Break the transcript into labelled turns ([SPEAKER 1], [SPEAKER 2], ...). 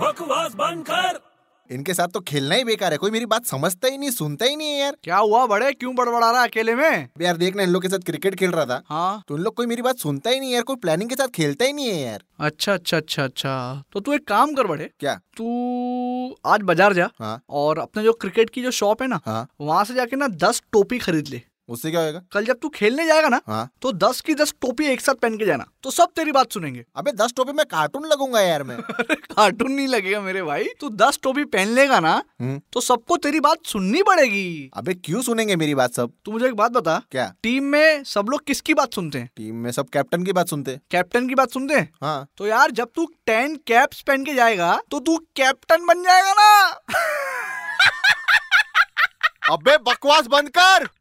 [SPEAKER 1] बकवास बंद कर
[SPEAKER 2] इनके साथ तो खेलना ही बेकार है कोई मेरी बात समझता ही नहीं सुनता ही नहीं है यार
[SPEAKER 3] क्या हुआ बड़े क्यों बड़बड़ा रहा अकेले में
[SPEAKER 2] अबे यार देखना इन लोग के साथ क्रिकेट खेल रहा था
[SPEAKER 3] हाँ
[SPEAKER 2] तो उन लोग कोई मेरी बात सुनता ही नहीं है यार कोई प्लानिंग के साथ खेलता ही नहीं है यार
[SPEAKER 3] अच्छा अच्छा अच्छा अच्छा तो तू एक काम कर बड़े
[SPEAKER 2] क्या
[SPEAKER 3] तू आज बाजार जा
[SPEAKER 2] हाँ
[SPEAKER 3] और अपने जो क्रिकेट की जो शॉप है ना
[SPEAKER 2] हाँ
[SPEAKER 3] वहां से जाके ना दस टोपी खरीद ले
[SPEAKER 2] उससे क्या होएगा
[SPEAKER 3] कल जब तू खेलने जाएगा ना
[SPEAKER 2] हाँ
[SPEAKER 3] तो दस की दस टोपी एक साथ पहन के जाना तो सब तेरी बात सुनेंगे
[SPEAKER 2] अबे दस टोपे में कार्टून लगूंगा यार मैं
[SPEAKER 3] कार्टून नहीं लगेगा मेरे भाई तू दस टोपी पहन लेगा ना
[SPEAKER 2] हम्म,
[SPEAKER 3] तो सबको तेरी बात सुननी पड़ेगी
[SPEAKER 2] अबे क्यों सुनेंगे मेरी बात सब
[SPEAKER 3] तू मुझे एक बात बता
[SPEAKER 2] क्या
[SPEAKER 3] टीम में सब लोग किसकी बात सुनते हैं
[SPEAKER 2] टीम में सब कैप्टन की बात सुनते हैं।
[SPEAKER 3] कैप्टन की बात सुनते हैं
[SPEAKER 2] हाँ
[SPEAKER 3] तो यार जब तू टेन कैप्स पहन के जाएगा तो तू कैप्टन बन जाएगा ना
[SPEAKER 2] अबे बकवास बंद कर